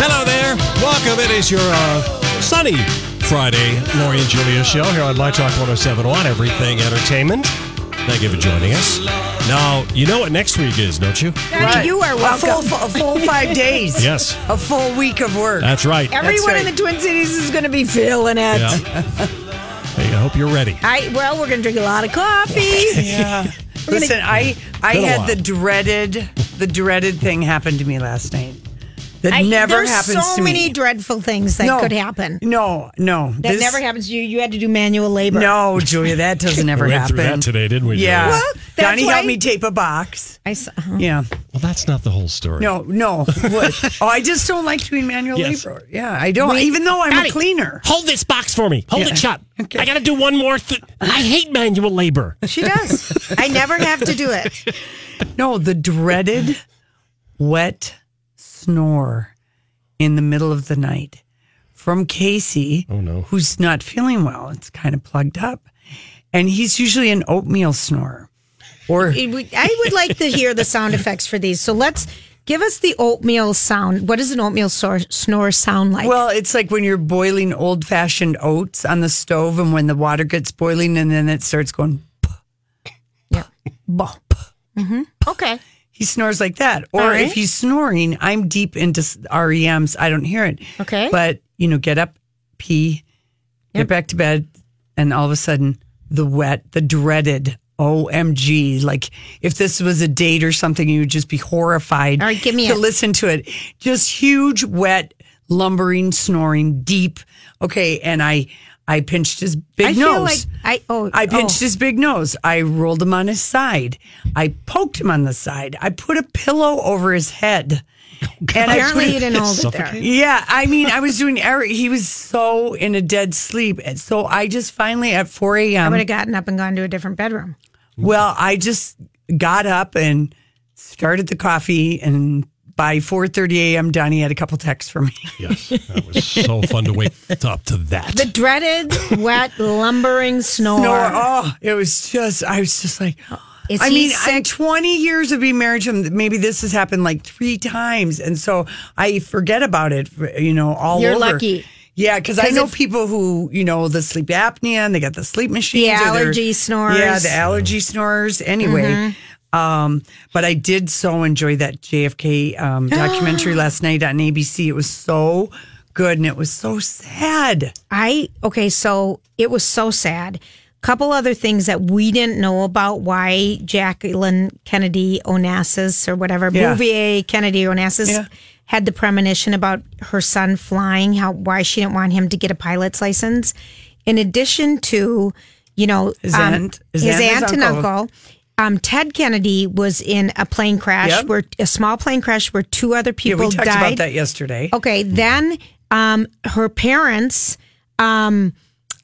Hello there. Welcome. It is your uh, sunny Friday, Lori and Julia show here on My Talk 1071, Everything Entertainment. Thank you for joining us. Now, you know what next week is, don't you? Right. You are welcome. A full, a full five days. Yes. A full week of work. That's right. Everyone right. in the Twin Cities is going to be feeling it. Yeah. Hey, I hope you're ready. I, well, we're going to drink a lot of coffee. Yeah. gonna- Listen, I I Been a had while. the dreaded the dreaded thing happen to me last night. That I- never there's happens so to many me. dreadful things that No. could happen. No, no, That this- never happens to you. You had to do manual labor. No, Julia, that doesn't ever We went happen. through that today, didn't we, Yeah. Julia? Well, that's Donnie why- helped me tape a box. I uh-huh. saw, Yeah. Well, that's not the whole story. No, no. What? oh, I just don't like doing manual Yes. labor. Yeah, I don't. even though I'm Donnie. a cleaner. Hold this box for me. Hold Yeah. it shut. Okay. I got to do one more thing. I hate manual labor. she does. I never have to do it. No, the dreaded wet snore in the middle of the night from Casey, Oh, no. who's not feeling well. It's kind of plugged up. And he's usually an oatmeal snorer. Or It would- I would like to hear the sound effects for these. So let's give us the oatmeal sound. What does an oatmeal snore, snore sound like? well, it's like when you're boiling old fashioned oats on the stove and when the water gets boiling and then it starts going Yeah. bump. Okay. He snores like that. Or All right. if he's snoring, I'm deep into s- REMs. I don't hear it. Okay. But, you know, get up, pee, get back to bed, and all of a sudden, the wet, the dreaded OMG. Like if this was a date or something, you would just be horrified All right, give me to it. listen to it. Just huge, wet, lumbering, snoring, deep. Okay. And I, I pinched his big I nose. feel like I oh I pinched oh. his big nose. I rolled him on his side. I poked him on the side. I put a pillow over his head. and I put Apparently, you didn't hold it there. Suffocate. yeah, I mean, I was doing every. He was so in a dead sleep, and so I just finally at four I would have a.m. gotten up and gone to a different bedroom. Well, I just got up and started the coffee, and by four thirty a.m., Donnie had a couple texts for me. Yes. That was so fun to wake up to that. The dreaded wet lumbering snore. No, oh, it was just. I was just like. Is I he mean, sick? in 20 years of being married to him, maybe this has happened like three times. And so I forget about it, you know, all You're over. lucky. Yeah, because I 'Cause know if- people who, you know, the sleep apnea and they got the sleep machines. The or they're- allergy snorers. Mm-hmm. Yeah, the allergy snorers. Anyway. Um, but I did so enjoy that JFK um, documentary last night on ABC. It was so good and it was so sad. I okay, so it was so sad. Couple other things that we didn't know about why Jacqueline Kennedy Onassis or whatever Yeah. Bouvier Kennedy Onassis Yeah. had the premonition about her son flying. How why she didn't want him to get a pilot's license. In addition to you know um, His aunt- his, his aunt and his aunt and uncle. uncle. Um, Ted Kennedy was in a plane crash Yep. where a small plane crash where two other Yeah, people we talked died. about that yesterday. Okay, then um, her parents. Um,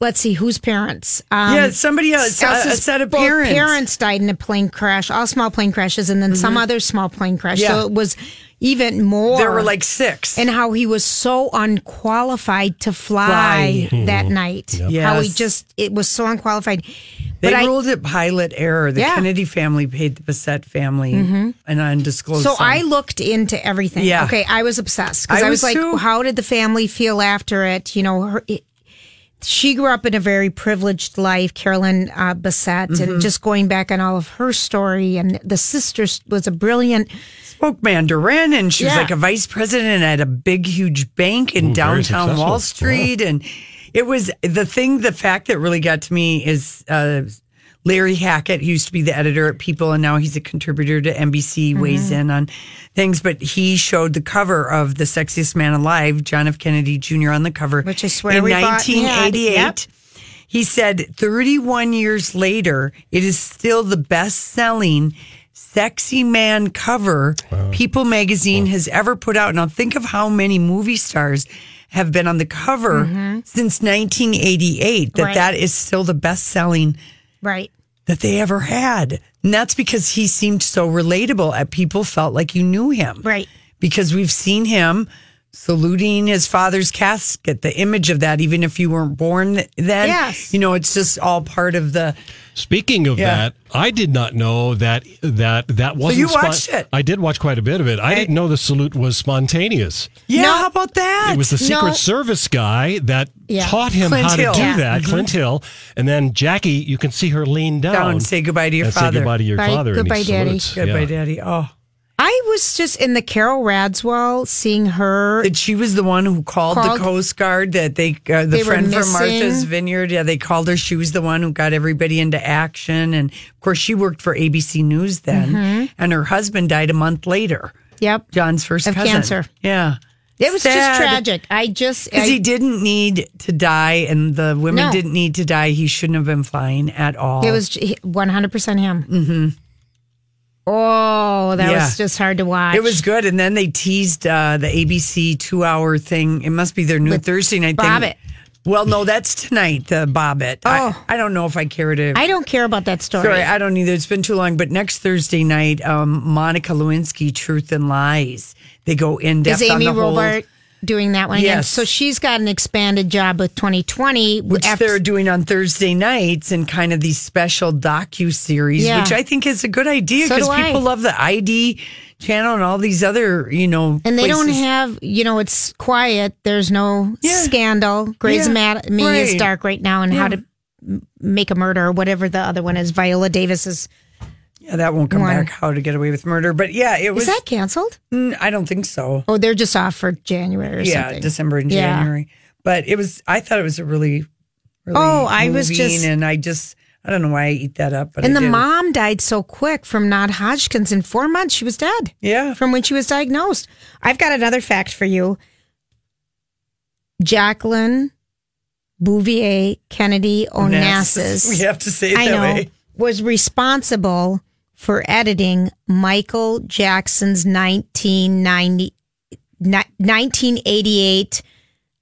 let's see, whose parents? Um, yeah, somebody else, a, a Elsa's set of both parents. died in a plane crash, all small plane crashes, and then some other small plane crash. Mm-hmm. Yeah. So it was even more. There were like six. And how he was so unqualified to fly, that night. How he Yes. just, it was so unqualified. They But I- ruled it pilot error. The Yeah. Mm-hmm. Kennedy family paid the Bassett family an undisclosed. So sum. I looked into everything. Oh, Yeah. Okay, I was obsessed because I I, was, was like, too. how did the family feel after it? You know, her, it, she grew up in a very privileged life, Carolyn uh, Bassett, Mm-hmm. and just going back on all of her story. And the sister was a brilliant. Spoke Mandarin, and she was Yeah. like a vice president at a big, huge bank in Ooh, very downtown successful. Wall Street. And it was the thing, the fact that really got to me is uh, Larry Hackett, who used to be the editor at People, and now he's a contributor to NBC, Mm-hmm. weighs in on things. But he showed the cover of The Sexiest Man Alive, John F. Kennedy Jr. on the cover. Which I swear in we bought and had. 1988. Yep. He said 31 years later, it is still the best selling sexy man cover People magazine has ever put out. Now, think of how many movie stars have been on the cover since 1988, that Right. that is still the best selling Right. that they ever had. And that's because he seemed so relatable. and People felt like you knew him. Right. Because we've seen him saluting his father's casket, the image of that, even if you weren't born then. Yes. You know, it's just all part of the. Speaking of Yeah. that, I did not know that that that wasn't. you watched it? I did watch quite a bit of it. I didn't know the salute was spontaneous. Yeah, No. how about that? It was the Secret No. Service guy that Yeah. taught him Clint how Hill. Mm-hmm. to do Yeah. that, Clint Hill. And then Jackie, you can see her lean down, Down, say goodbye to your and father. say goodbye to your Bye. father. Goodbye, and he Daddy. Salutes. Goodbye, Yeah. Daddy. Oh. I was just in the Carol Radswell seeing her. That she was the one who called, Called- the Coast Guard. That they, uh, the They were friend from missing. Martha's Vineyard. Yeah, they called her. She was the one who got everybody into action. And of course, she worked for ABC News then. And her husband died a month later. Yep. John's first Of cousin. cancer. Yeah. It was Sad. just tragic. I just. I, Because he didn't need to die, and the women No. didn't need to die. He shouldn't have been flying at all. It was j- 100% him. Mm-hmm. Oh, that Yeah. was just hard to watch. It was good, and then they teased uh, the ABC two-hour thing. It must be their new Thursday night Bobbit. thing. Well, no, that's tonight. The Bobbit. Oh. I, I don't know if I care to. I don't care about that story. Sorry, I don't either. It's been too long. But next Thursday night, um, Monica Lewinsky, Truth and Lies. They go in depth Is Amy on the whole- Robart doing that one again? Yes. So she's got an expanded job with 2020. which after- they're doing on Thursday nights and kind of these special docu series, Yeah. which I think is a good idea So because do I. people love the ID channel and all these other, you know, and they don't places. have, you know, it's quiet. There's no Yeah. scandal. Grey's Yeah. Anatomy is Right. dark right now, and how to m- make a murder or whatever the other one is. Viola Davis is. yeah, that won't come one. back. How to get away with murder? But yeah, it was. Is that canceled? Mm, I don't think so. Oh, they're just off for January or yeah, something. December and Yeah. January. But it was. I thought it was a really. really Oh, I was moving, just- and I just. I don't know why I eat that up, but And I the did. mom died so quick from not Hodgkin's. In four months, she was dead. Yeah. From when she was diagnosed. I've got another fact for you. Jacqueline Bouvier Kennedy Onassis. We have to say it Oh, I that know. way. Was responsible for editing Michael Jackson's 1990, ni- 1988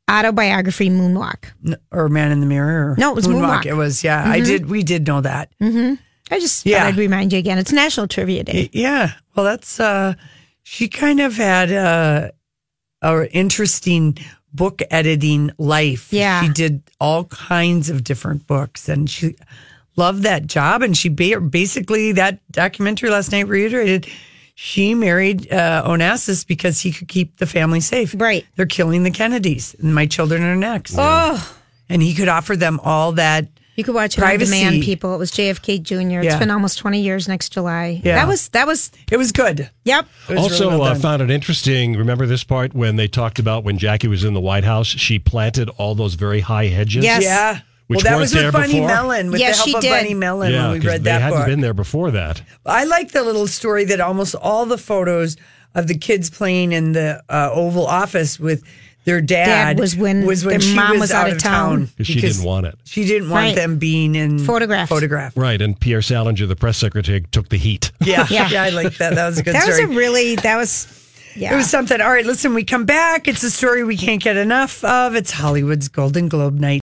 autobiography, Moonwalk. N- Or Man in the Mirror. or No, it was Moonwalk. Mm-hmm. It was. Yeah, I did. We did know that. I just Yeah. thought I'd remind you again. It's National Trivia Day. Y- Yeah. Well, that's uh she kind of had uh a interesting book editing life. Yeah. She did all kinds of different books and she loved that job and she ba- basically that documentary last night reiterated she married uh, Onassis because he could keep the family safe. Right. They're killing the Kennedys and my children are next. Oh, And he could offer them all that you could watch Privacy. it on demand, people. It was JFK Jr. It's Yeah. been almost 20 years next July. Yeah. That was, that was, it was good. yep. It was Also, really well uh, done. found it interesting. Remember this part when they talked about when Jackie was in the White House, she planted all those very high hedges. Yes. Yeah. Which well, that weren't was with there Bunny before? Mellon, with Yeah, the help she of did. Bunny Mellon when we 'cause read they that hadn't book. been there before that. I like the little story that almost all the photos of the kids playing in the uh, Oval Office with their dad, Dad was when their she mom was out of town. Because she didn't want it. She didn't want Right. them being in Photographed. Photographed. Right, and Pierre Salinger, the press secretary, took the heat. Yeah. yeah, Yeah. I like that. That was a good That was story. a really, that was, yeah. It was something. All right, listen, we come back. It's a story we can't get enough of. It's Hollywood's Golden Globe night.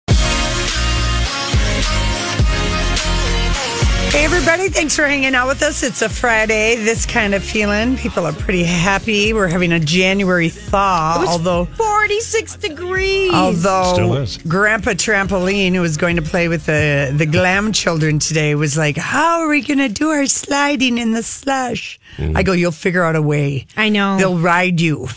Hey, everybody, thanks for hanging out with us. It's a Friday, this kind of feeling. People are pretty happy. We're having a January thaw, although. 46 degrees. Although Still is. Grandpa Trampoline, who was going to play with the the glam children today, was like, "How are we going to do our Mm-hmm. sliding in the slush?" I go, "You'll figure out a way. I know. They'll ride you."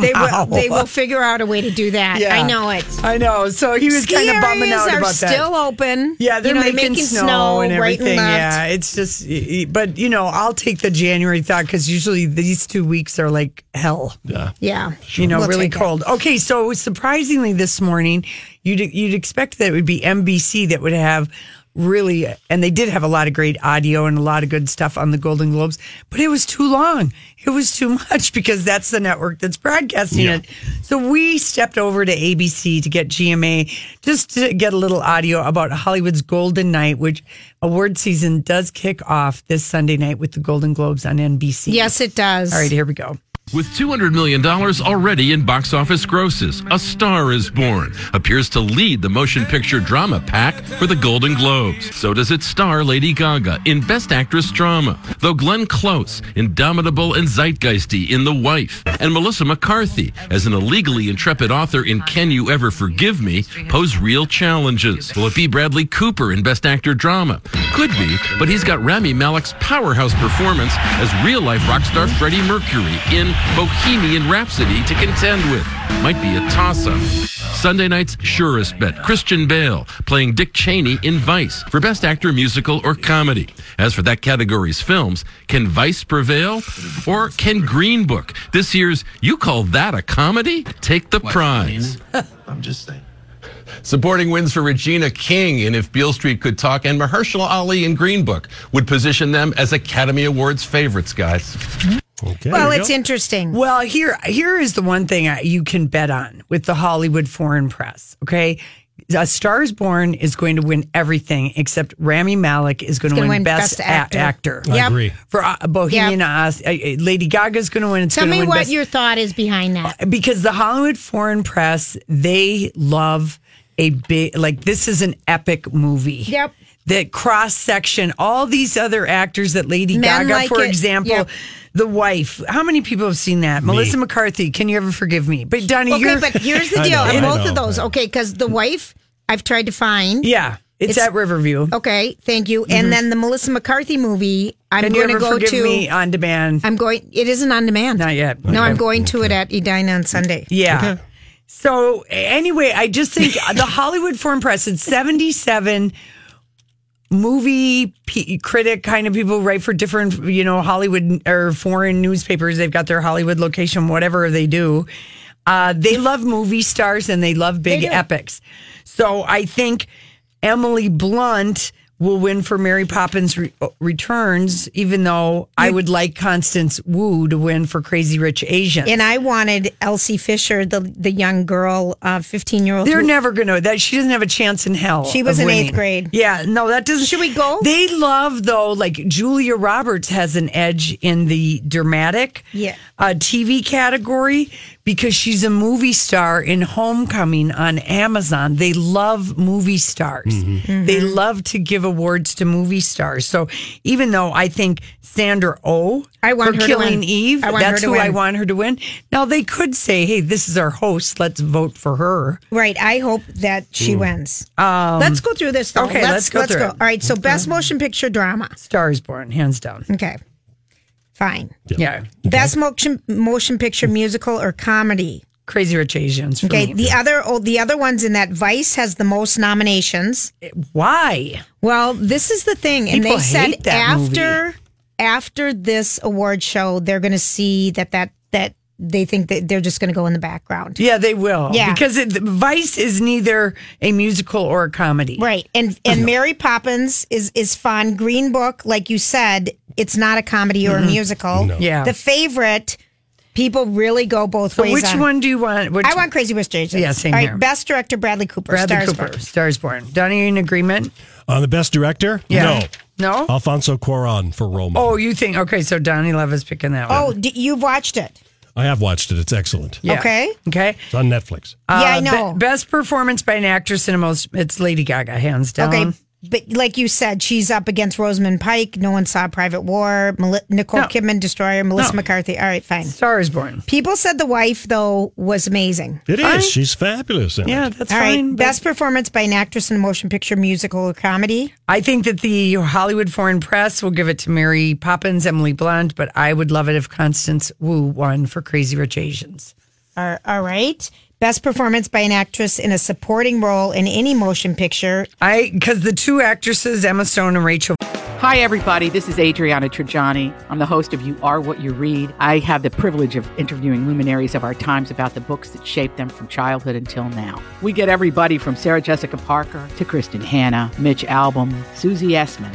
They somehow. will, they will figure out a way to do that. Yeah. I know it. I know. So he was Ski kind of bumming areas out are about that. still open. Yeah, they're You know, making, snow, and right everything. left. yeah, it's just, y- y- but you know, I'll take the January thought because usually these two weeks are like hell. Yeah. You know, We'll really take it. cold. Okay, so surprisingly, this morning, you'd you'd expect that it would be NBC that would have really, and they did have a lot of great audio and a lot of good stuff on the Golden Globes, but it was too long. It was too much because that's the network that's broadcasting it. So we stepped over to ABC to get GMA just to get a little audio about Hollywood's Golden Night, which award season does kick off this Sunday night with the Golden Globes on NBC. Yes, it does. All right, here we go. With $200 million already in box office grosses, A Star is Born appears to lead the motion picture drama pack for the Golden Globes. So does its star, Lady Gaga, in Best Actress Drama, though Glenn Close, indomitable and zeitgeisty in The Wife, and Melissa McCarthy, as an illegally intrepid author in Can You Ever Forgive Me, pose real challenges. Will it be Bradley Cooper in Best Actor Drama? Could be, but he's got Rami Malek's powerhouse performance as real-life rock star Freddie Mercury in Bohemian Rhapsody to contend with. Might be a toss-up. Sunday night's surest bet, Christian Bale playing Dick Cheney in Vice for Best Actor Musical or Comedy. As for that category's films, can Vice prevail? Or can Green Book, this year's You Call That a Comedy? Take the prize. I'm just saying. Supporting wins for Regina King in If Beale Street Could Talk and Mahershala Ali in Green Book would position them as Academy Awards favorites, guys. Okay. Well, it's interesting. Well, here here is the one thing I- you can bet on with the Hollywood foreign press. Okay, A Star Is Born is going to win everything except Rami Malek is going to gonna win, win Best, Best A- Actor. Actor. I Yep. agree. For uh, Bohemian Rhapsody, uh, uh, Lady Gaga's going to win. It's Tell gonna me win what Best- your thought is behind that. because the Hollywood foreign press they love a big like this is an epic movie. Yep. That cross section, all these other actors that Lady Men Gaga, like for it. example, Yep. the wife. How many people have seen that? Melissa McCarthy. Can you ever forgive me? But Donnie, Okay, you're but here's the I deal. know, on I both of know, those, I- okay, because the wife I've tried to find. yeah, it's, It's- at Riverview. Okay, thank you. And then the Melissa McCarthy movie, I'm Can you going ever to go forgive to. me on demand? I'm going. It isn't on demand. Not yet. No, I'm going to it at Edina on Sunday. Yeah. So anyway, I just think the Hollywood Foreign Press it's 77 movie p- critic kind of people write for different, you know, Hollywood or foreign newspapers. They've got their Hollywood location, whatever they do. Uh, they love movie stars and they love big do. epics. So I think Emily Blunt will win for Mary Poppins Re- uh, Returns, even though I would like Constance Wu to win for Crazy Rich Asians. And I wanted Elsie Fisher, the the young girl, uh, fifteen year old. They're never going to. That she doesn't have a chance in hell. She was of in eighth winning. grade. Yeah, no, that doesn't. Should we go? They love though. Like Julia Roberts has an edge in the dramatic, Yeah. uh, TV category because she's a movie star in Homecoming on Amazon. They love movie stars. Mm-hmm. They love to give awards to movie stars. So even though I think Sandra Oh, I want for her to Killing win. Eve, I want her that's to who I win. want her to win. Now they could say, "Hey, this is our host. Let's vote for her." Right. I hope that she wins. Hmm. let's go through this though. Um, okay, let's go through it. All right. So best motion picture drama. Star is Born, hands down. Okay. Fine. Yeah. Best motion motion picture musical or comedy. Crazy Rich Asians. For Okay. me. The other oh, the other ones in that Vice has the most nominations. Why? Well, this is the thing, and People they said hate that movie. after after this award show, they're going to see that that that they think that they're just going to go in the background, Yeah, they will. Yeah. Because it, Vice is neither a musical or a comedy. right? And and Mary Poppins is is fun. Green Book, like you said, it's not a comedy Mm-hmm. or a musical. Yeah. the favorite. People really go both So ways. which on- one do you want? Which I want Crazy Rich Asians. Yeah, same All right, here. Best director Bradley Cooper. Bradley Stars Cooper. Born. Stars Born. Donnie, are you in agreement? On the best director? No? Uh, No. Alfonso Cuaron for Roma. Oh, you think, okay, so Donnie Love is picking that one. Oh, d- you've watched it? I have watched it. It's excellent. Yeah. okay. Okay. It's on Netflix. yeah, I Uh, be- know. best performance by an actress in a most, it's Lady Gaga, hands down. Okay, but like you said, she's up against Rosamund Pike. No one saw Private War. Mel- Nicole No. Kidman, Destroyer. Melissa McCarthy. All right, fine. Star is Born. People said the wife though was amazing. It is. Fine. She's fabulous. In Yeah, It. that's All right, fine. but- best performance by an actress in a motion picture, musical, or comedy. I think that the Hollywood Foreign Press will give it to Mary Poppins, Emily Blunt, but I would love it if Constance Wu won for Crazy Rich Asians. Are, all right. Best performance by an actress in a supporting role in any motion picture. I because the two actresses, Emma Stone and Rachel. Hi, everybody. This is Adriana Trajani. I'm the host of You Are What You Read. I have the privilege of interviewing luminaries of our times about the books that shaped them from childhood until now. We get everybody from Sarah Jessica Parker to Kristen Hanna, Mitch Albom, Susie Essman,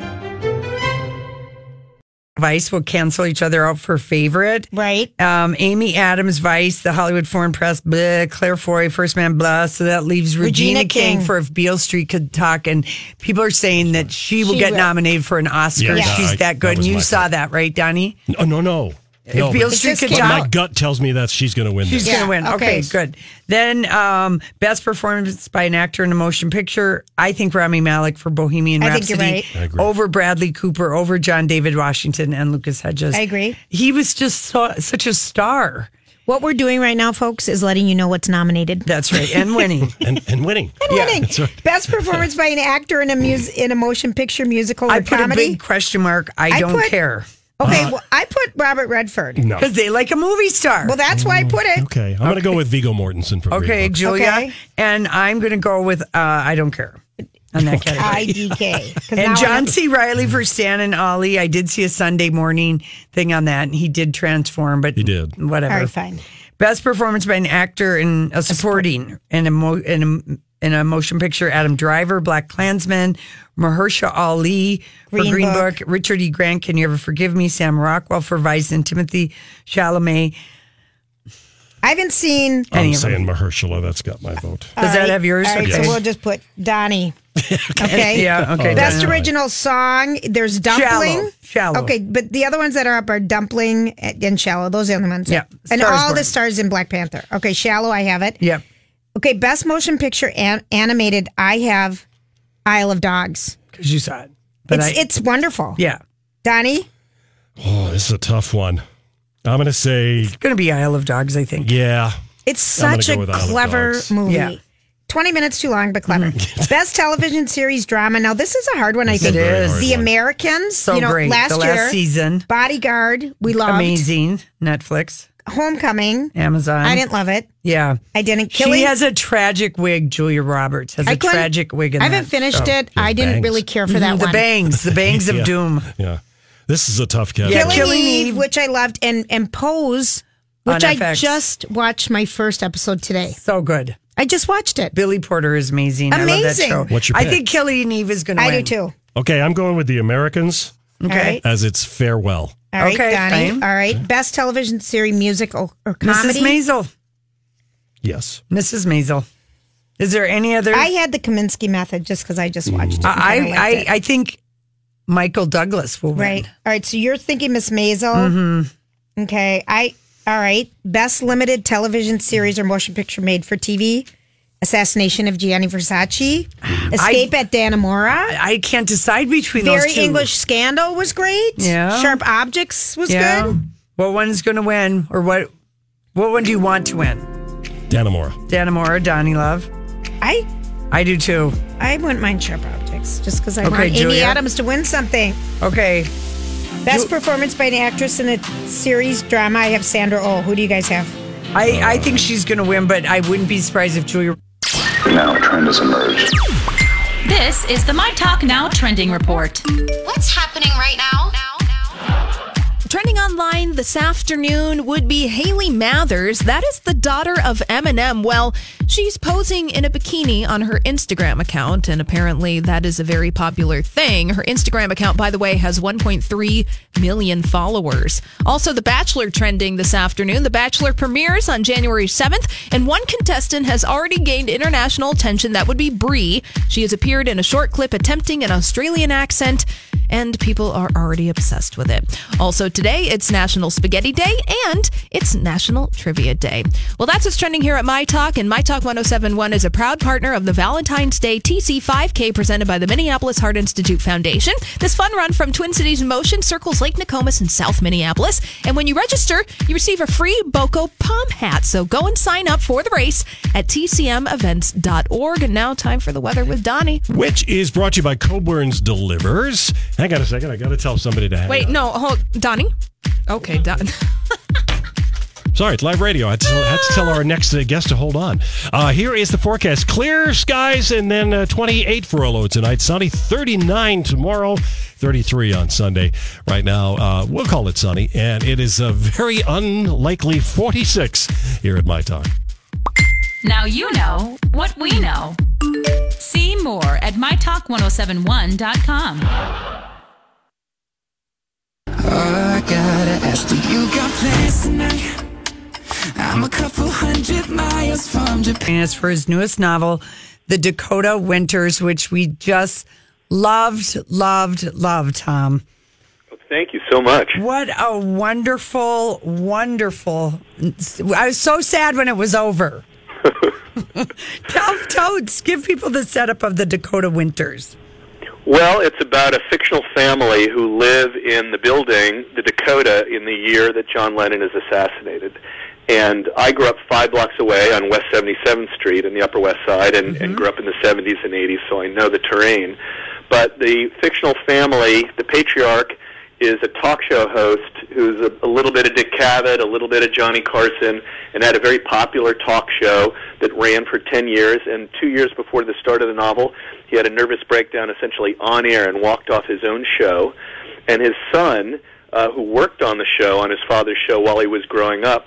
Vice will cancel each other out for favorite. Right. Um, Amy Adams, Vice, The Hollywood Foreign Press, blah, Claire Foy, First Man, blah. So that leaves Regina, Regina King. King. for If Beale Street Could Talk. And people are saying that she will She get will. nominated for an Oscar. Yeah, She's I- that that good. and was you my saw thought. that, right, Donnie? No, oh, no, no. if Beale Street just Could came Talk. out. gut tells me that she's going to win She's Yeah, gonna win. Okay, okay. good. Then um, best performance by an actor in a motion picture. I think Rami Malek for Bohemian I think Rhapsody you're right. I agree. over Bradley Cooper over John David Washington and Lucas Hedges. I agree. He was just so, such a star. What we're doing right now, folks, is letting you know what's nominated. That's right, and winning. and, and winning. Winning. Best performance by an actor in a mus- in a motion picture, musical, or I put comedy. a big Ah. question mark. I, I don't put- care okay, well, I put Robert Redford. No. because they like a movie star. Well, that's why I put it. Okay, I'm going to go with Vigo Mortensen for okay, Green Book. Julia, Okay. and I'm gonna go with uh, I don't care on that category. IDK. 'Cause now I And John have- C. Riley for Stan and Ollie. I did see a Sunday morning thing on that, and he did transform, but He did. whatever. All right, fine. Best performance by an actor in a supporting in a mo- in a in a motion picture. Adam Driver, Black Klansman, Mahersha Ali Green for Green Book. Book. Richard E. Grant, Can You Ever Forgive Me? Sam Rockwell for Vice, and Timothy Chalamet. I haven't seen. Any I'm of them. saying Mahershala. That's got my vote. Does that have yours? All right, Okay. so we'll just put Donnie. Okay. Yeah. Okay. Best done. original song. There's dumpling. Shallow. Okay, but the other ones that are up are dumpling and shallow. Those are the ones. Yeah, And Star is all the Born. stars in Black Panther. Okay, shallow. I have it. Yep. Okay, best motion picture an- animated. I have Isle of Dogs. Because you saw it. But it's I, it's wonderful. yeah. Donnie. Oh, this is a tough one. I'm going to say, Going to be Isle of Dogs, I think. yeah. It's I'm gonna such go a with Isle of clever Dogs. movie. Yeah. Mm-hmm. 20 minutes too long, but clever. Best television series drama. Now, this is a hard one, I This is think. a very hard The one. Americans. So you know, great. Last the year. last season. Bodyguard. We loved. Amazing. Um, Netflix. Homecoming. Amazon. I didn't love it. yeah. I didn't She kill it. has a tragic wig. Julia Roberts has a I couldn't- tragic wig. In I haven't that finished show. it. I didn't bangs. really care for that Mm-hmm. The one. bangs. The bangs of Yeah. doom. Yeah. This is a tough category. Yeah, Killing, Killing Eve, Eve. which I loved, and and Pose, On which I FX. just watched my first episode today. So good. I just watched it. Billy Porter is amazing. I love that Amazing. show. What's your I pick? think Killing Eve is going to I win. do too. Okay, I'm going with the Americans Okay. All right. as its farewell. All right, Okay, Donnie. fine. All right. Best television series, musical, or Mrs. comedy. Maisel. Yes. Mrs. Maisel. Is there any other? I had the Kaminsky method just because I just watched it. I and kinda liked I, it. I think Michael Douglas will win. right. All right. So you're thinking Miss Maisel. Mm-hmm. Okay. I all right. Best limited television series or motion picture made for TV. Assassination of Gianni Versace. Escape at Dannemora. I can't decide between Very those two. English Scandal was great. Yeah. Sharp Objects was Yeah. good. What one's going to win, or what? What one do you want to win? Danamora. Danamora, Donnie Love. I I do too. I wouldn't mind Sharp Objects just because I Okay, want Amy Julia. Adams to win something. Okay. Best performance by an actress in a series drama. I have Sandra Oh. Who do you guys have? I, I think she's going to win, but I wouldn't be surprised if Julia. Now a trend has emerged. This is the My Talk Now trending report. What's happening right now? Trending online this afternoon would be Haley Mathers. That is the daughter of Eminem. Well, She's posing in a bikini on her Instagram account, and apparently that is a very popular thing. Her Instagram account, by the way, has 1.3 million followers. Also, The Bachelor trending this afternoon. The Bachelor premieres on January 7th, and one contestant has already gained international attention. That would be Brie. She has appeared in a short clip attempting an Australian accent and people are already obsessed with it. Also, today it's National Spaghetti Day and it's National Trivia Day. Well, that's what's trending here at My Talk, and My Talk 1071 is a proud partner of the Valentine's Day TC5K presented by the Minneapolis Heart Institute Foundation. This fun run from Twin Cities Motion circles Lake Nokomis in South Minneapolis, and when you register, you receive a free Boco Palm hat. So go and sign up for the race at tcmevents.org. And now, time for the weather with Donnie, which is brought to you by Coburn's Delivers. Hang on a second. I got to tell somebody to hang Wait, on. no. Hold, Donnie? Okay, Don. Sorry, it's live radio. I had to, I had to tell our next uh, guest to hold on. Uh, here is the forecast clear skies and then uh, 28 for a low tonight. Sunny 39 tomorrow, 33 on Sunday. Right now, uh, we'll call it sunny, and it is a very unlikely 46 here at My Talk. Now you know what we know. See more at mytalk1071.com. I gotta ask, do you got plans tonight? I'm a couple hundred miles from Japan. And it's for his newest novel, The Dakota Winters, which we just loved, loved, loved, Tom. Thank you so much. What a wonderful, wonderful. I was so sad when it was over. Tom Toads, give people the setup of The Dakota Winters. Well, it's about a fictional family who live in the building, the Dakota, in the year that John Lennon is assassinated. And I grew up five blocks away on West 77th Street in the Upper West Side and, mm-hmm. and grew up in the 70s and 80s, so I know the terrain. But the fictional family, the patriarch, is a talk show host who's a, a little bit of Dick Cavett, a little bit of Johnny Carson, and had a very popular talk show that ran for 10 years. And two years before the start of the novel, he had a nervous breakdown essentially on air and walked off his own show. And his son, uh, who worked on the show, on his father's show while he was growing up,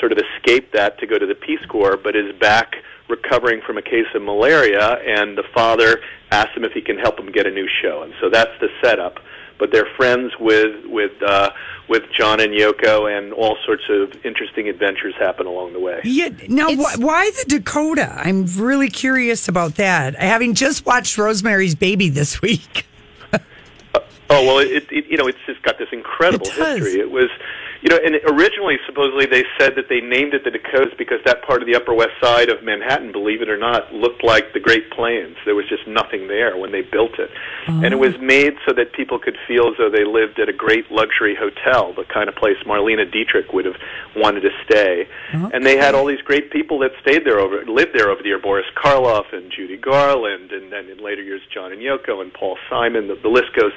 sort of escaped that to go to the Peace Corps, but is back recovering from a case of malaria. And the father asked him if he can help him get a new show. And so that's the setup but they're friends with with uh, with John and Yoko, and all sorts of interesting adventures happen along the way. Yeah. Now, wh- why the Dakota? I'm really curious about that. Having just watched Rosemary's Baby this week. uh, oh well, it, it, you know it's just got this incredible it history. It was. You know, and originally, supposedly, they said that they named it the Dakotas because that part of the Upper West Side of Manhattan, believe it or not, looked like the Great Plains. There was just nothing there when they built it. Oh. And it was made so that people could feel as though they lived at a great luxury hotel, the kind of place Marlena Dietrich would have wanted to stay. Okay. And they had all these great people that stayed there over, lived there over the year Boris Karloff and Judy Garland, and then in later years, John and Yoko and Paul Simon. The, the list goes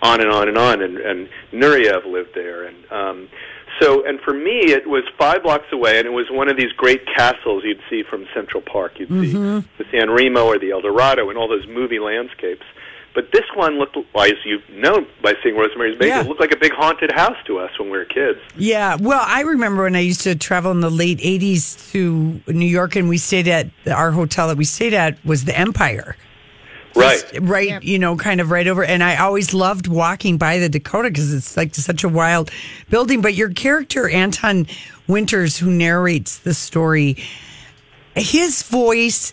on and on and on. And, and Nureyev lived there. And, um, so, and for me, it was five blocks away, and it was one of these great castles you'd see from Central Park. You'd mm-hmm. see the San Remo or the El Dorado and all those movie landscapes. But this one looked, as you know by seeing Rosemary's Baby, yeah. it looked like a big haunted house to us when we were kids. Yeah, well, I remember when I used to travel in the late 80s to New York, and we stayed at our hotel that we stayed at was the Empire. Just right right yep. you know kind of right over and i always loved walking by the dakota because it's like such a wild building but your character anton winters who narrates the story his voice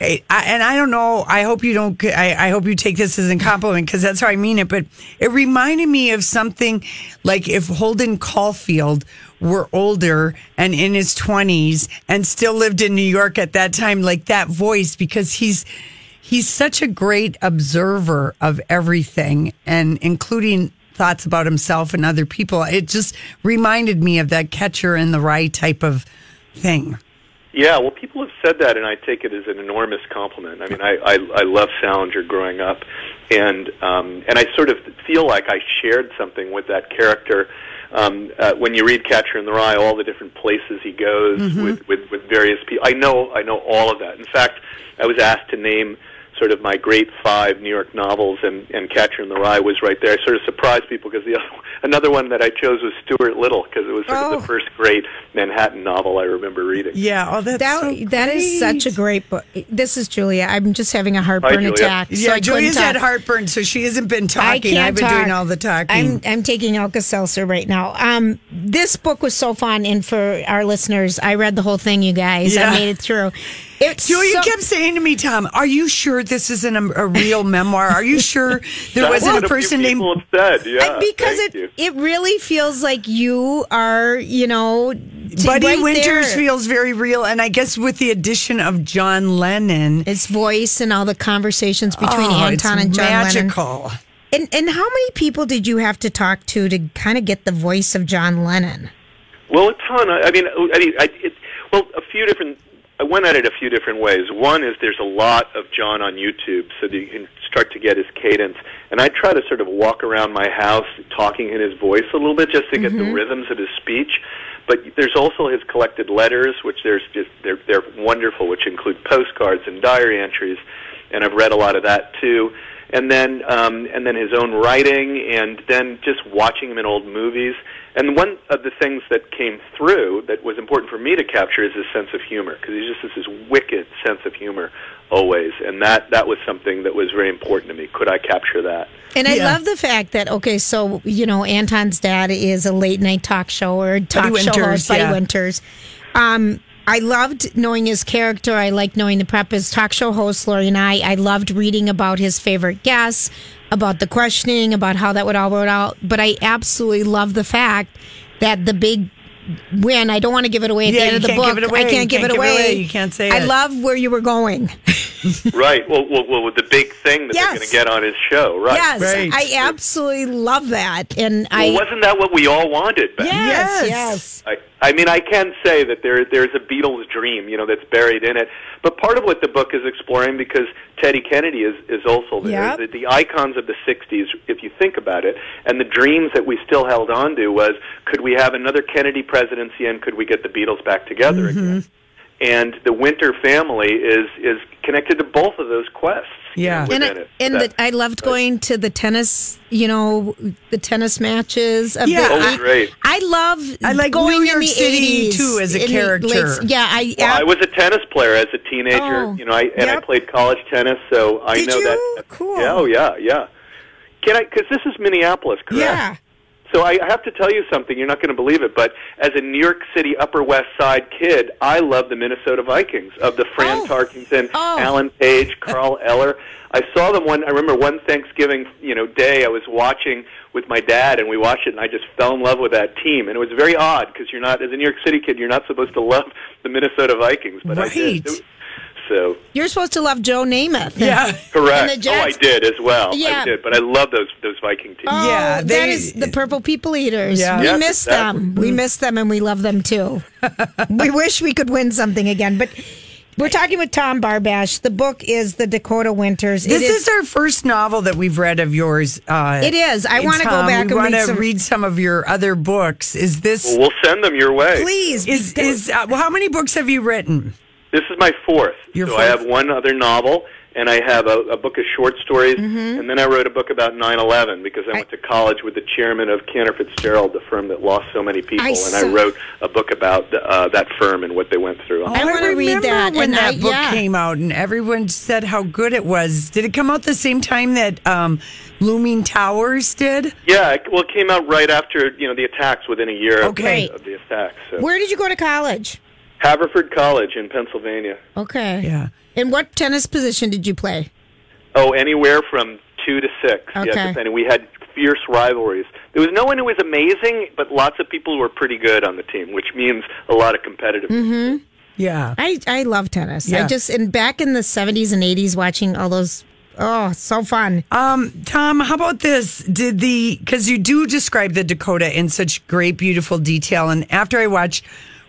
I, and I don't know. I hope you don't. I, I hope you take this as a compliment because that's how I mean it. But it reminded me of something like if Holden Caulfield were older and in his twenties and still lived in New York at that time, like that voice, because he's he's such a great observer of everything and including thoughts about himself and other people it just reminded me of that catcher in the rye type of thing yeah well people have said that and i take it as an enormous compliment i mean i i, I love salinger growing up and um and i sort of feel like i shared something with that character um, uh, when you read Catcher in the Rye, all the different places he goes mm-hmm. with, with, with various people. I know I know all of that. In fact, I was asked to name sort of my great five New York novels, and, and Catcher in the Rye was right there. I sort of surprised people because the other, another one that I chose was Stuart Little because it was sort of Oh. the first great Manhattan novel I remember reading. Yeah, oh, that's that, that is such a great book. This is Julia. I'm just having a heartburn Julia. attack. so Yeah, I couldn't Julia's talk. had heartburn, so she hasn't been talking. I can't I've been doing talk. all the talking. I'm I'm taking Alka Seltzer right now. Um, this book was so fun, and for our listeners, I read the whole thing. You guys, Yeah. I made it through. It's Julia so- kept saying to me, Tom, are you sure this isn't a, a real memoir? Are you sure there That's wasn't what a person few named people have said, yeah, because it thank you. it really feels like you are, you know, t- Buddy right Winters there. feels very real, and I guess with the addition of John Lennon, His voice and all the conversations between Oh, it's Anton and John Lennon. magical. And and how many people did you have to talk to to kind of get the voice of John Lennon? Well, a ton. I I mean, oh, I, mean, I it, well, a few different. I went at it a few different ways. One is there's a lot of John on YouTube, so that you can start to get his cadence. And I try to sort of walk around my house talking in his voice a little bit just to get the Mm-hmm. Mhm. rhythms of his speech. But there's also his collected letters, which there's just they're they're wonderful, which include postcards and diary entries. And I've read a lot of that too. And then um, and then his own writing, and then just watching him in old movies. And one of the things that came through that was important for me to capture is his sense of humor, because he just has this wicked sense of humor always, and that that was something that was very important to me. Could I capture that? And I love the fact that okay, so you know Anton's dad is a late night talk show or talk show Winters, host, Buddy yeah. Winters. Um, I loved knowing his character. I liked knowing the prep as talk show host Lori and I. I loved reading about his favorite guests, about the questioning, about how that would all work out. But I absolutely love the fact that the big win. I don't want to give it away at Yeah, the end you of the can't book. give it away. I can't, You give, it can't give it away. away. You can't say I it. love where you were going. right. Well, well, well, the big thing that Yes. they're going to get on his show, right? Yes, I absolutely love that. And I well, wasn't that what we all wanted? Back then? yes, yes. I, I mean, I can say that there there's a Beatles dream, you know, that's buried in it. But part of what the book is exploring, because Teddy Kennedy is is also there, Yep. the, the icons of the '60s, if you think about it, and the dreams that we still held on to was, could we have another Kennedy presidency, and could we get the Beatles back together again? And the Winter family is is connected to both of those quests. Yeah, and within I, it. and That- the, I loved going to the tennis, you know, the tennis matches. Of Yeah, the, Oh, I, great. I love. I like going New in York the City, 80s, too, as a in the character. yeah, I. Well, I was a tennis player as a teenager, Oh, you know, I, and I played college tennis, so I Did know that. Cool. Yeah, oh yeah, yeah. Can I? Because this is Minneapolis, correct? Yeah. So I I have to tell you something. You're not going to believe it, but as a New York City Upper West Side kid, I love the Minnesota Vikings of the Fran Oh. Tarkington, Alan Page, Carl Eller. I saw them one. I remember one Thanksgiving, you know, day I was watching with my dad, and we watched it, and I just fell in love with that team. And it was very odd because you're not as a New York City kid, you're not supposed to love the Minnesota Vikings, but I did. Right. So You're supposed to love Joe Namath. Yeah, And the correct. Oh, I Jets. did as well. Yeah. I did, but I love those those Viking teams. Oh, that is the Purple People Eaters. Yeah. We Yes, miss exactly. them. Mm-hmm. We miss them, and we love them too. we wish we could win something again, but we're talking with Tom Barbash. The book is the Dakota Winters. It This is, our first novel that we've read of yours. Uh, It is. I wanna go Tom. back and We want read to some- read some of your other books. Is this? Well, we'll send them your way. please. Is, is uh, well, how many books have you written? This is my fourth. Your so I fourth. have one other novel, and I have a, a book of short stories, and then I wrote a book about 9/11 because I, went to college with the chairman of Cantor Fitzgerald, the firm that lost so many people, I and I saw- wrote a book about the, uh, that firm and what they went through. I want to read remember that. when and that I- book yeah. came out and everyone said how good it was. Did it come out the same time that um, Looming Towers did? Yeah, it- well, it came out right after you know the attacks, within a year of- Okay. of, the attacks. So. Where did you go to college? Haverford College in Pennsylvania. Okay. Yeah. And what tennis position did you play? Oh, anywhere from two to six. Okay. Yeah, depending. We had fierce rivalries. There was no one who was amazing, but lots of people who were pretty good on the team, which means a lot of competitive. Mm-hmm. Yeah. I, I love tennis. I Yeah. just and back in the seventies and eighties watching all those oh so fun. Um, Tom, how about this? Did the because you do describe the Dakota in such great, beautiful detail, and after I watched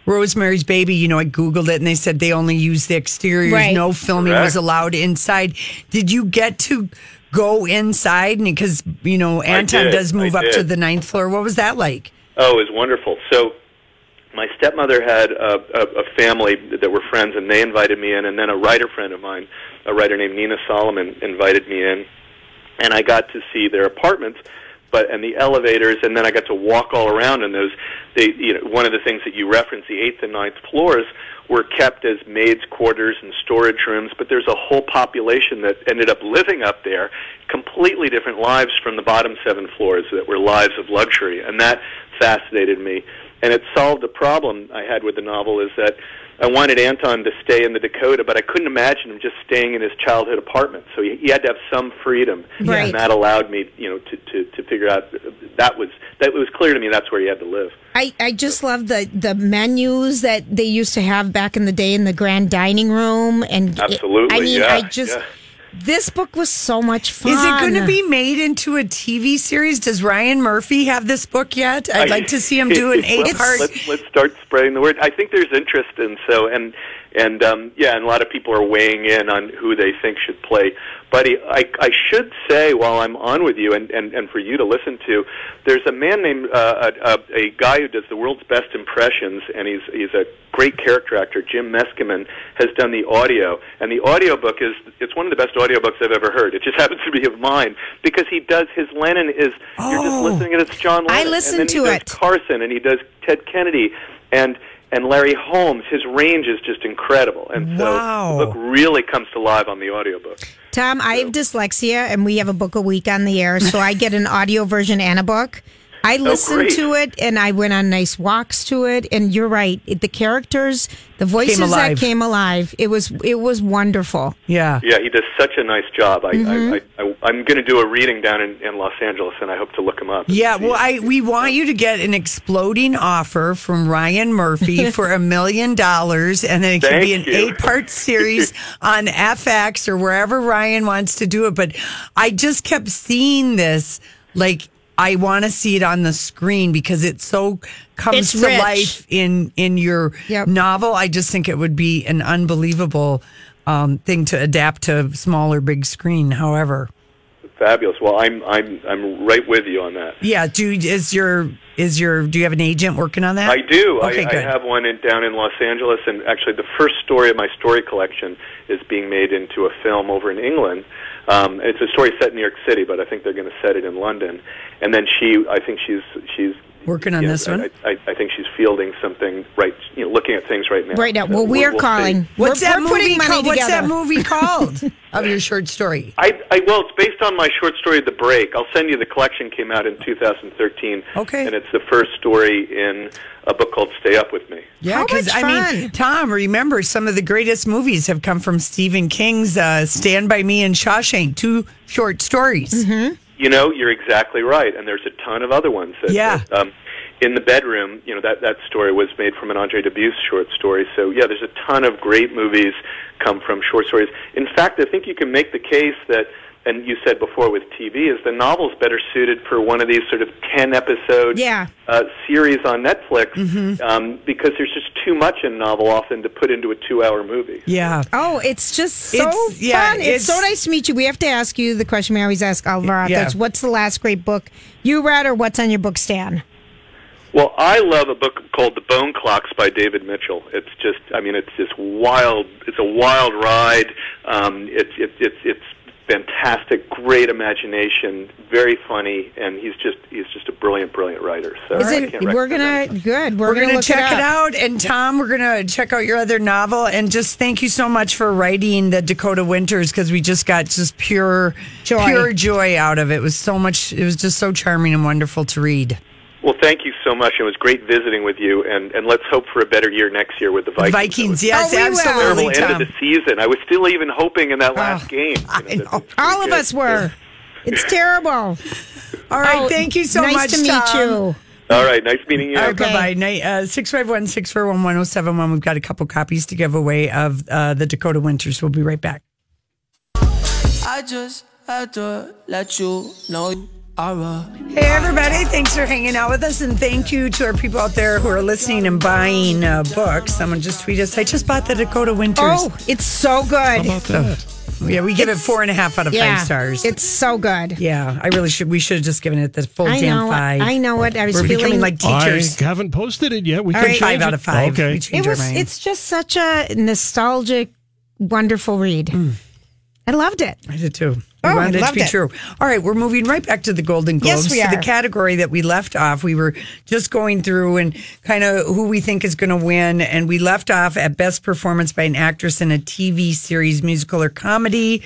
Rosemary's Baby, you know, I googled it and they said they only used the exteriors, Right. no filming Correct. was allowed inside. Did you get to go inside? Because you know, Anton did, does move I up to did. the ninth floor. What was that like? Oh, it was wonderful. So my stepmother had a, a, a family that were friends, and they invited me in, and then a writer friend of mine, a writer named Nina Solomon invited me in, and I got to see their apartments but and the elevators and then I got to walk all around and those they you know one of the things that you referenced the eighth and ninth floors were kept as maids quarters and storage rooms but there's a whole population that ended up living up there completely different lives from the bottom seven floors that were lives of luxury and that fascinated me and it solved a problem I had with the novel is that I wanted Anton to stay in the Dakota, but I couldn't imagine him just staying in his childhood apartment. So he, he had to have some freedom, Right. and that allowed me, you know, to, to, to figure out that was that it was clear to me that's where he had to live. I, I just love the, the menus that they used to have back in the day in the grand dining room and Absolutely, I mean yeah, I just yeah. this book was so much fun. Is it going to be made into a TV series? Does Ryan Murphy have this book yet? I'd I- like to see him do an Let's- eight part. Let's, let's start spreading the word. I think there's interest, and so and and um, yeah, and a lot of people are weighing in on who they think should play Buddy. I, I should say while I'm on with you, and, and, and for you to listen to, there's a man named uh, a, a, a guy who does the world's best impressions, and he's he's a great character actor. Jim Meskimen has done the audio, and the audio book is it's one of the best audio books I've ever heard. It just happens to be of mine because he does his Lennon is you're just listening and it's John Lennon. Oh. I and listened then he to does it. Carson and he does Ted Kennedy and and Larry Holmes. His range is just incredible, and so Wow. the book really comes to life on the audiobook. Tom, I have dyslexia and we have a book a week on the air, so I get an audio version and a book. I listened Oh, great. to it and I went on nice walks to it and you're right. It, the characters, the voices that alive. came alive. It was it was wonderful. Yeah. Yeah, he does such a nice job. I, Mm-hmm. Mhm. I, I, I I'm going to do a reading down in, in Los Angeles, and I hope to look him up. Yeah, well, I we want you to get an exploding offer from Ryan Murphy for a million dollars, and then it can be an Thank you. eight-part series on FX or wherever Ryan wants to do it. But I just kept seeing this, like I want to see it on the screen because it so comes It's to rich. life in in your novel. I just think it would be an unbelievable um, thing to adapt to smaller, big screen. However. Fabulous. Well, I'm I'm I'm right with you on that. Yeah. Do is your is your do you have an agent working on that? I do. Okay, I, I good. have one in, down in Los Angeles, and actually, the first story of my story collection is being made into a film over in England. Um, it's a story set in New York City, but I think they're going to set it in London. And then she, I think she's she's working on you know, this one. I, I, I think she's fielding something right, you know, looking at things right now. Right now. So Well, we we'll- are we'll see. calling. What's We're- that we're movie putting money called? What's that together. movie called of your short story? I, I well, it's based on my short story, The Break. I'll send you the collection. Came out in 2013. Okay. and it's the first story in a book called Stay Up with Me. Yeah, because I mean, Tom, remember some of the greatest movies have come from Stephen King's uh, Stand by Me and Shawshank, two short stories. Mm-hmm. You know, you're exactly right, and there's a ton of other ones. That, Yeah. that, um, in the bedroom, you know that that story was made from an Andre Debuse short story. So yeah, there's a ton of great movies come from short stories. In fact, I think you can make the case that, and you said before with TV, is the novel's better suited for one of these sort of ten episode Yeah. uh, series on Netflix Mm-hmm. um, because there's just too much in novel often to put into a two hour movie. Yeah. Oh, it's just so It's- yeah, fun. It's, so it's- nice to meet you. We have to ask you the question we always ask all of our authors. Yeah. What's the last great book you read or what's on your book stand? Well, I love a book called The Bone Clocks by David Mitchell. It's just, I mean, it's this wild, it's a wild ride. Um, it's, it's, it's, it's fantastic, great imagination, very funny, and he's just, he's just a brilliant, brilliant writer. So Is I it, can't we're recommend gonna good. We're, We're going to look check it, it, up. out. And Tom, we're going to check out your other novel. And just thank you so much for writing the Dakota Winters because we just got just pure joy. pure joy out of it. It was so much, it was just so charming and wonderful to read. Well, thank you so much. It was great visiting with you, and, and let's hope for a better year next year with the Vikings. Vikings, It yes, was a absolutely, Terrible end Tom. of the season. I was still even hoping in that last game. I know. Oh, All of us were. It's terrible. All right, thank you so Oh, nice much, to meet Tom. you. All right, nice meeting you. All right, bye-bye. Night, uh, 651-641-1071. We've got a couple copies to give away of uh, the Dakota Winters. We'll be right back. I just had to let you know you are a Hey, everybody. Thanks for hanging out with us. And thank you to our people out there who are listening and buying uh, books. Someone just tweeted us, I just bought the Dakota Winters. Oh, it's so good. Oh, Yeah, we give it four and a half out of yeah, five stars. It's so good. Yeah, I really should. We should have just given it the full I damn know, five. I know it. I was We're feeling- becoming like teachers. I haven't posted it yet. We All right. can change Five it. out of five. Okay. We change It our was minds. Mm. it's just such a nostalgic, wonderful read. I loved it. I did too. Oh, I I wanted it to loved be it. true. All right, we're moving right back to the Golden Globes. Yes, we To are. the category that we left off. We were just going through and kind of who we think is going to win. And we left off at Best Performance by an Actress in a TV Series, Musical, or Comedy.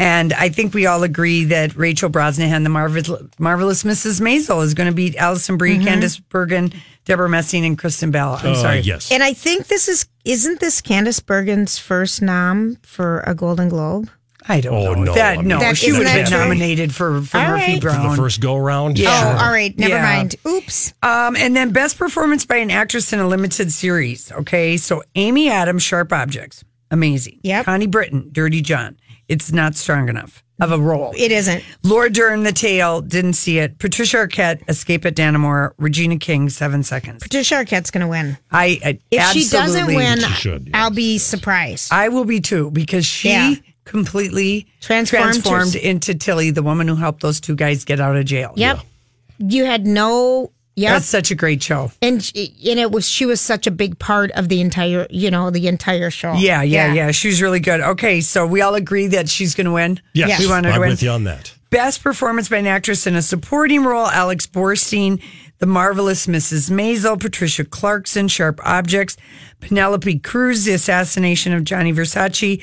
And I think we all agree that Rachel Brosnahan, the marvelous, marvelous Mrs. Maisel, is going to beat Alison Brie, Mhm. Candice Bergen, Deborah Messing, and Kristen Bell. I'm Uh, Oh, sorry. And I think this is isn't this Candace Bergen's first nom for a Golden Globe? I don't Oh, know. no, that I mean- no, That- she isn't would have that been true? nominated for, for All Murphy right. Brown. For the first go round. Oh, all right. Never mind. Oops. Um, and then best performance by an actress in a limited series. Okay, so Amy Adams, Sharp Objects, amazing. Yeah. Connie Britton, Dirty John. It's not strong enough of a role. It isn't. Laura Dern, The Tale, didn't see it. Patricia Arquette, Escape at Dannemora. Regina King, Seven Seconds. Patricia Arquette's going to win. I, I If she doesn't absolutely- win, I'll be surprised. I will be too because she Yeah. completely Transformed transformed, into Tilly, the woman who helped those two guys get out of jail. Yep. You had no. Yep. That's such a great show. and she, and it was she was such a big part of the entire you know the entire show. Yeah, yeah, yeah, She was really good. Okay, so we all agree that she's going to win. Yes, we want her to I'm win. with you on that. Best performance by an actress in a supporting role: Alex Borstein, The Marvelous Mrs. Maisel, Patricia Clarkson, Sharp Objects, Penelope Cruz, The Assassination of Johnny Versace,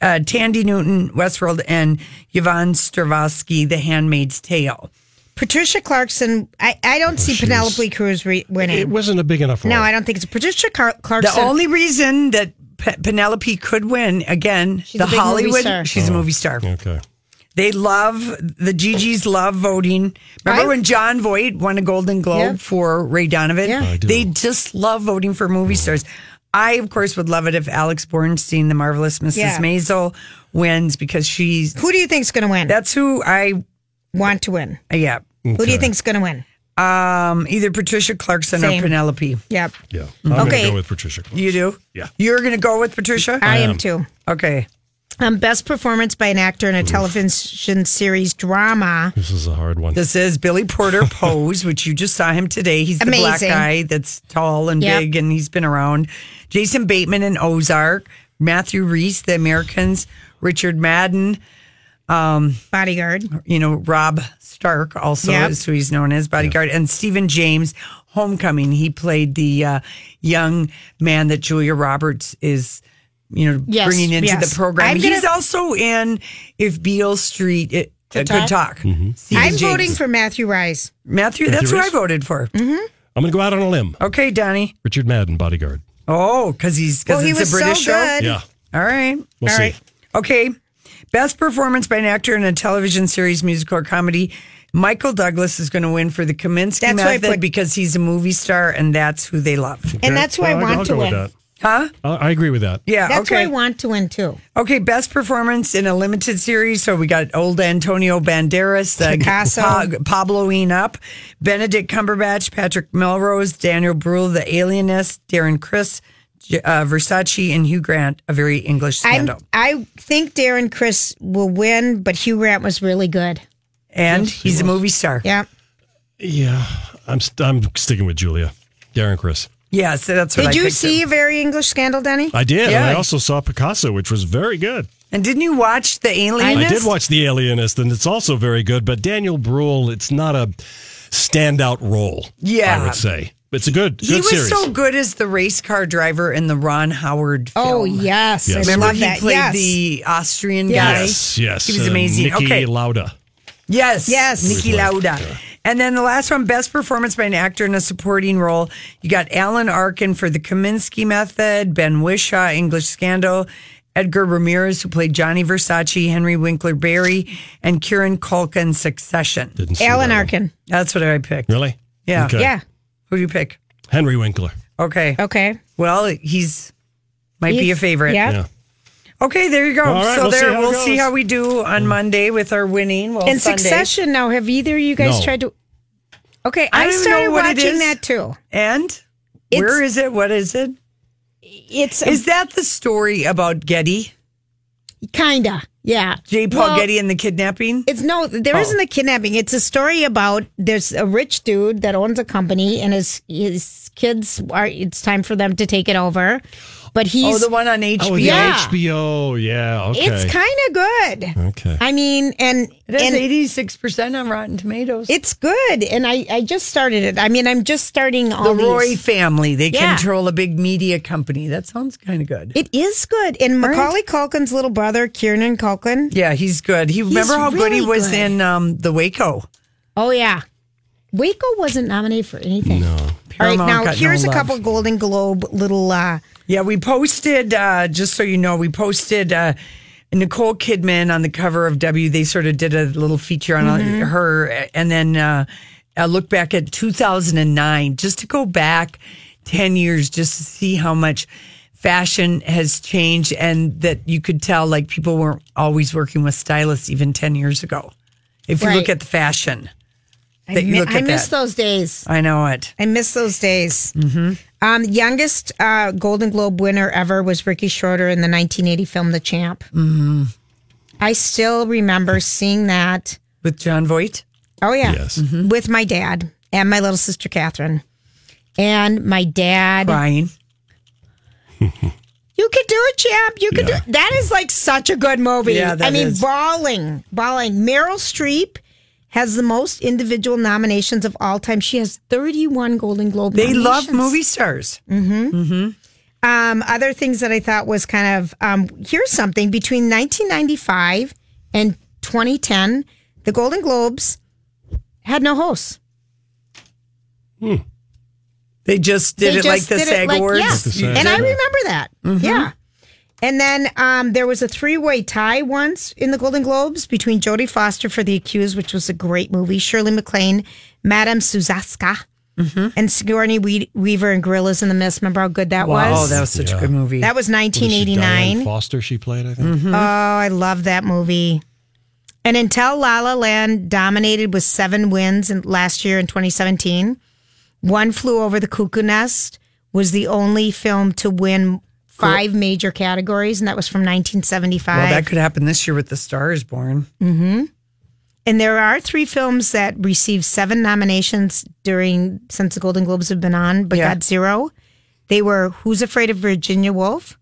uh, Tandy Newton, Westworld, and Yvonne Stravosky, The Handmaid's Tale. Patricia Clarkson. I, I Oh, don't see Penelope Cruz re- winning. It wasn't a big enough role. no, I don't think it's Patricia Car- The Clarkson. only reason that Pe- Penelope could win again, the a big movie Hollywood. star. She's a Oh. movie star. Okay. They love the GGs love voting. Remember I- when John Voight won a Golden Globe Yeah. for Ray Donovan? Yeah. I do. Mm-hmm. They just love voting for movie stars. I of course would love it if Alex Bornstein, the marvelous Mrs. Yeah. Maisel, wins because she's who do you think's going to win? That's who I want to win. yeah. Who do you think's going to win? Mm. Um, either Patricia Clarkson Same. or Penelope. Yep. Yeah. Mm-hmm. I'm going to Okay. go with Patricia. Clark. You do? Yeah. You're going to go with Patricia? I am too. Okay. Um, best performance by an actor in a television series drama. This is a hard one. This is Billy Porter Pose, which you just saw him today. He's the black Amazing. guy that's tall and Yep. big, and he's been around. Jason Bateman in Ozark, Matthew Reese, The Americans, Richard Madden, um, Bodyguard. You know Rob Stark also Yep. is who he's known as Bodyguard, and Stephen James Homecoming. He played the uh, young man that Julia Roberts is. You know, Yes, bringing into yes. the program. I'm He's gonna- also in If Beale Street it, Could Talk. Talk? Mm-hmm. Stephen I'm James. voting for Matthew Rice. Matthew, Matthew that's who I Reese? voted for. I'm going to go out on a limb. Okay, Donnie. Richard Madden, bodyguard. Oh, because he's because Well, he it's was a so British show. good. Yeah. All right. We'll All see. right. Okay. Best performance by an actor in a television series, musical, or comedy. Michael Douglas is going to win for the Kaminsky That's why I method put- because he's a movie star and that's who they love. And that's who I Well, want I'll to go win. With Huh? that. Uh, I I agree with that. Yeah. That's okay. who I want to win too. Okay, best performance in a limited series. So we got old Antonio Banderas, the Picasso. Pabloing up, Benedict Cumberbatch, Patrick Melrose, Daniel Bruhl, the Alienist, Darren Chris, J- uh, Versace, and Hugh Grant, a very English I stand-up. I think Darren Chris will win, but Hugh Grant was really good. and he's a movie star. Yeah. Yeah. I'm, st- I'm sticking with Julia. Darren Chris. Yeah, so that's what Did I you picked see a it. very English scandal, Denny? I did. And Yeah. I also saw Picasso, which was very good. And didn't you watch The Alienist? I did watch The Alienist, and it's also very good. But Daniel Bruhl, it's not a standout role. Yeah. I would say it's a good, He good was series. so good as the race car driver in the Ron Howard film. Oh yes, Yes. I Remember love he that. played yes. the Austrian guy? yes, yes, He was uh, amazing. Nikki okay. Lauda. Yes. Yes. Nikki Which one? Lauda. And then the last one, best performance by an actor in a supporting role. You got Alan Arkin for The Kaminsky Method, Ben Wishaw, English Scandal, Edgar Ramirez, who played Johnny Versace, Henry Winkler Barry, and Kieran Culkin, Succession. Didn't see Alan that one. Arkin. That's what I picked. Really? Yeah. Okay. Yeah. Who do you pick? Henry Winkler. Okay. Okay. Well, he's might be a He's- favorite. Yeah. Yeah. Okay, there you go. All right, so we'll see there how it we'll goes. see how we do on Monday with our winning. Well, In Sunday. Succession, now have either of you guys No. tried to? Okay, I I, don't even know started what it watching is. that too. And It's- where is it? What is it? It's Is that the story about Getty? kinda yeah. J. Paul Well, Getty and the kidnapping? It's no, there Oh. not a kidnapping. It's a story about there's a rich dude that owns a company and his his kids are. It's time for them to take it over. But he's oh, the one on HBO. Oh, yeah. yeah. HBO. Yeah. Okay. It's kind of good. Okay. I mean, and It has and eighty six percent on Rotten Tomatoes. it's good. And I I just started it. I mean, I'm just starting all the Roy these. family. They Yeah. control a big media company. That sounds kind of good. It is good. And Macaulay Culkin's little brother, Kieran Culkin. yeah, he's good. He remember how good he really was good. in um, the Waco. Oh yeah, Waco wasn't nominated for anything. No. All right, Paramount now got no here's a love. couple Golden Globe little. uh Yeah, we posted, uh, just so you know, we posted uh, Nicole Kidman on the cover of W. They sort of did a little feature on uh, Mm-hmm. her. And then uh, a look back at 2009, just to go back 10 years, just to see how much fashion has changed and that you could tell like people weren't always working with stylists even 10 years ago. If you look Right. at the fashion, I, That you mi- look I at miss that. Mm-hmm. those days. I know it. I miss those days. Um, the youngest uh, Golden Globe winner ever was Ricky Schroeder in the 1980 film The Champ. Mm-hmm. I still remember seeing that. With John Voight. Oh yeah, Yes. Mm-hmm. with my dad and my little sister Catherine, and my dad. Crying. You could do it, champ. You could Yeah. do That is like such a good movie. Yeah, that I mean, is. bawling, bawling. Meryl Streep has the most individual nominations of all time. She has 31 Golden Globe They nominations. love movie stars. Um, other things that I thought was kind of um, here's something between 1995 and 2010, the Golden Globes had no hosts. They just did They it like just the Mm-hmm. did it SAG like- Awards. yeah. the SAG, And I yeah. remember that. Yeah. And then um, there was a three-way tie once in the Golden Globes between Jodie Foster for The Accused, which was a great movie, Shirley MacLaine, Madame Suzaska, Mm-hmm. and Sigourney Wee- Weaver and Gorillas in the Mist. Remember how good that Wow, Oh, was? that was such Yeah. a good movie. That was Was she Diane 1989. Foster, she played, I think. Mm-hmm. Oh, I love that movie. And until La La Land dominated with seven wins in, last year in 2017, One Flew Over the Cuckoo Nest was the only film to win five major categories, and that was from 1975. well, that could happen this year with The Star is Born. and there are three films that received seven nominations during since the Golden Globes have been on, but Yeah. got zero. They were Who's Afraid of Virginia Woolf,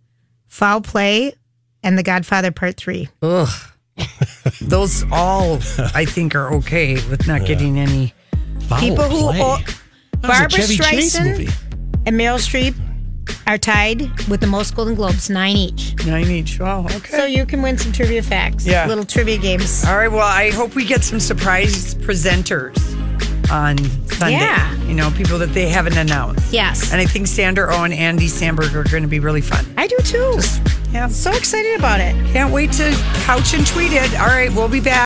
Foul Play, and The Godfather Part Three. Ugh. Those all, I think, are okay with not getting any. Foul People who Oh, play. o- That was a Barbra Chevy Chase Streisand? movie. and Meryl Streep are tied with the most Golden Globes, nine each. Nine each. Wow. So Okay. you can win some trivia facts. Yeah. Little trivia games. all right. Well, I hope we get some surprise presenters on Sunday. Yeah. You know, people that they haven't announced. Yes. And I think Sandra Oh and Andy Sandberg are going to be really fun. I do too. Yeah. So excited about it. Can't wait to couch and tweet it. All right. We'll be back.